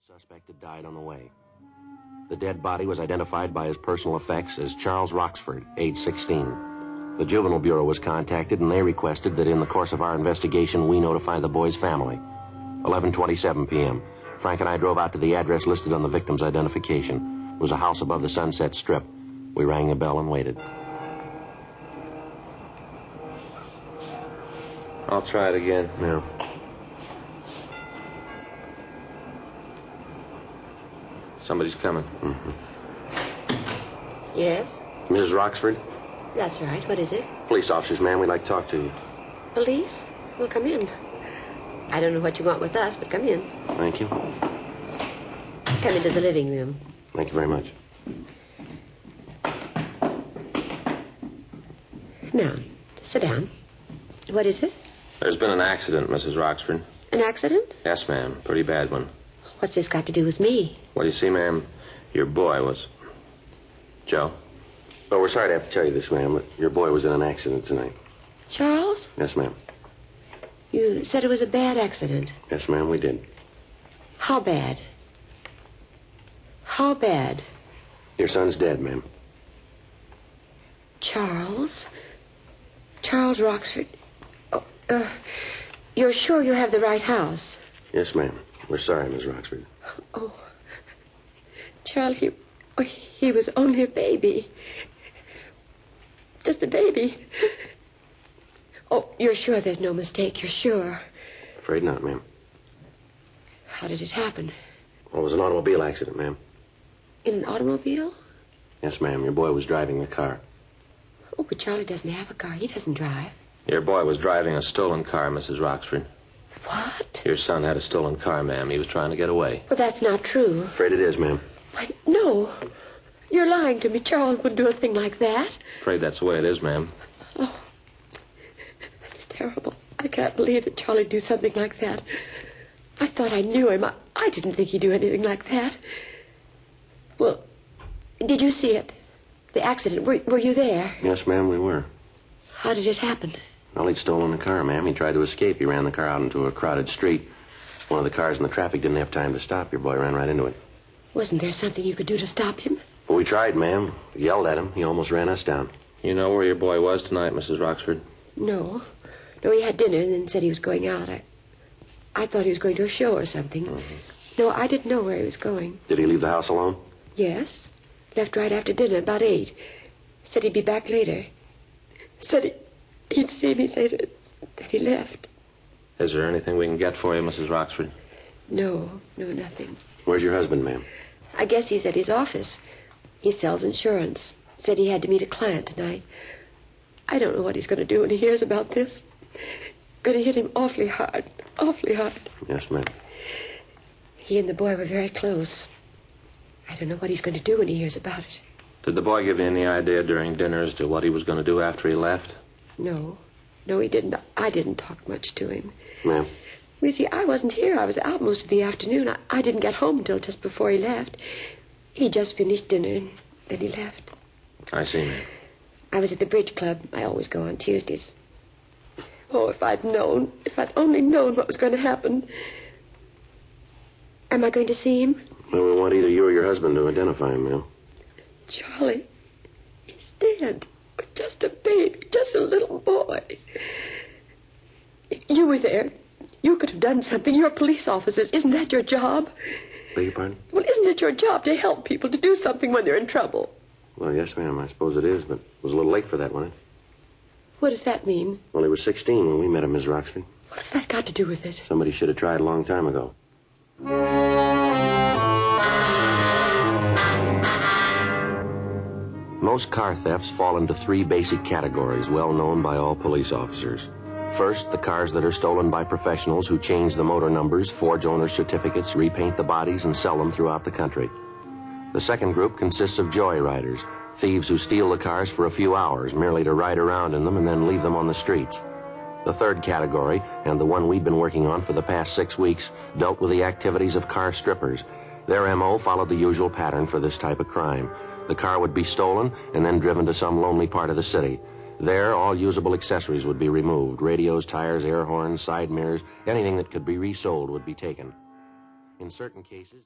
suspect had died on the way. The dead body was identified by his personal effects as Charles Roxford, age 16. The Juvenile Bureau was contacted and they requested that in the course of our investigation we notify the boy's family. 11:27 p.m. Frank and I drove out to the address listed on the victim's identification. It was a house above the Sunset Strip. We rang the bell and waited. I'll try it again. Yeah. Somebody's coming. Yes, Mrs. Roxford, that's right. What is it? police officers, ma'am, we'd like to talk to you. Police? Well, come in. I don't know what you want with us, but come in. Thank you. Come into the living room. Thank you very much. Now, sit down. What is it? There's been an accident, Mrs. Roxford. An accident? Yes, ma'am. Pretty bad one. What's this got to do with me? Well, you see, ma'am, your boy was. Joe? Well, we're sorry to have to tell you this, ma'am, but your boy was in an accident tonight. Charles? Yes, ma'am. You said it was a bad accident. Yes, ma'am, we did. How bad? How bad? Your son's dead, ma'am. Charles? Charles Roxford? Oh, uh, you're sure you have the right house? Yes, ma'am. We're sorry, Miss Roxford. Oh, Charlie, he, oh, he was only a baby. Just a baby. Oh, you're sure there's no mistake? You're sure? Afraid not, ma'am. How did it happen? Well, it was an automobile accident, ma'am. In an automobile? Yes, ma'am. Your boy was driving the car. Oh, but Charlie doesn't have a car. He doesn't drive. Your boy was driving a stolen car, Mrs. Roxford. What? Your son had a stolen car, ma'am. He was trying to get away. Well, that's not true. Afraid it is, ma'am. Why, no. You're lying to me. Charles wouldn't do a thing like that. Afraid that's the way it is, ma'am. That's terrible. I can't believe that Charlie'd do something like that. I thought I knew him. I, I didn't think he'd do anything like that. Well, did you see it? The accident. Were, were you there? Yes, ma'am, we were. How did it happen? Well, he'd stolen the car, ma'am. He tried to escape. He ran the car out into a crowded street. One of the cars in the traffic didn't have time to stop. Your boy ran right into it. Wasn't there something you could do to stop him? But we tried, ma'am. We yelled at him. He almost ran us down. You know where your boy was tonight, Mrs. Roxford? No. No, he had dinner and then said he was going out. I, I thought he was going to a show or something. No, I didn't know where he was going. Did he leave the house alone? Yes. Left right after dinner, about eight. Said he'd be back later. Said he, he'd see me later. Then he left. Is there anything we can get for you, Mrs. Roxford? No, no, nothing. Where's your husband, ma'am? I guess he's at his office. He sells insurance. Said he had to meet a client tonight. I don't know what he's going to do when he hears about this. Going to hit him awfully hard, awfully hard. Yes, ma'am. He and the boy were very close. I don't know what he's going to do when he hears about it. Did the boy give you any idea during dinner as to what he was going to do after he left? No, no, he didn't. I didn't talk much to him. Ma'am. Well, You see, I wasn't here. I was out most of the afternoon. I, I didn't get home until just before he left. He just finished dinner and then he left. I see, ma'am. I was at the bridge club. I always go on Tuesdays. Oh, if I'd known, if I'd only known what was going to happen. Am I going to see him? Well, we want either you or your husband to identify him, ma'am. Charlie, he's dead. Just a baby, just a little boy. You were there. You could have done something. You're police officers. Isn't that your job? Beg your pardon? Well, isn't it your job to help people, to do something when they're in trouble? Well, yes, ma'am. I suppose it is, but it was a little late for that, wasn't it? What does that mean? Well, he was 16 when we met him, Miss Roxford. What's that got to do with it? Somebody should have tried a long time ago. Most car thefts fall into three basic categories well known by all police officers. First, the cars that are stolen by professionals who change the motor numbers, forge owner's certificates, repaint the bodies, and sell them throughout the country. The second group consists of joyriders, thieves who steal the cars for a few hours merely to ride around in them and then leave them on the streets. The third category, and the one we've been working on for the past six weeks, dealt with the activities of car strippers. Their MO followed the usual pattern for this type of crime. The car would be stolen and then driven to some lonely part of the city. There, all usable accessories would be removed radios, tires, air horns, side mirrors, anything that could be resold would be taken. In certain cases,